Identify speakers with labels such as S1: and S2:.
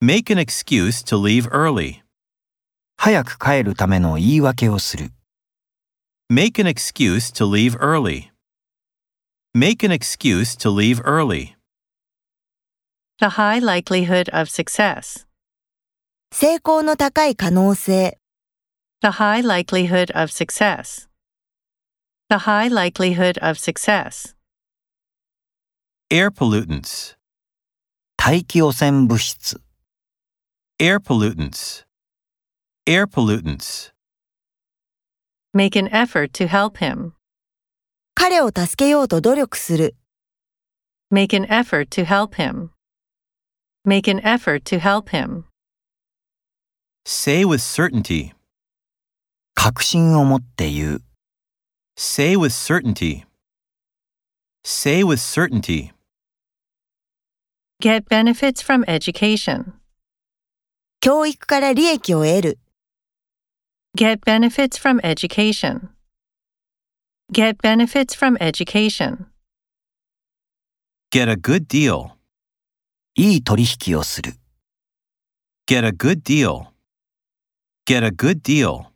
S1: Make an excuse to leave early.
S2: 早く帰るための言い訳をする。
S1: Make an excuse to leave early. Make an excuse to leave early.
S3: The high likelihood of success.
S4: 成功の高い可能性、
S3: The high likelihood of success. The high likelihood of success.
S1: Air pollutants.
S2: 大気汚染物質。
S1: Air pollutants. Air pollutants.
S3: Make an effort to help him.
S4: 彼を助けようと努力する、
S3: Make an effort to help him. Make an effort to help him.
S1: Say with certainty.
S2: 確信を持って言う。
S1: Say with certainty. Say with certainty.
S3: Get benefits from education.
S4: 教育から利益を得る、
S3: Get benefits from education. Get benefits from education.
S1: Get a good deal.
S2: いい取引をする。
S1: Get a good deal. Get a good deal.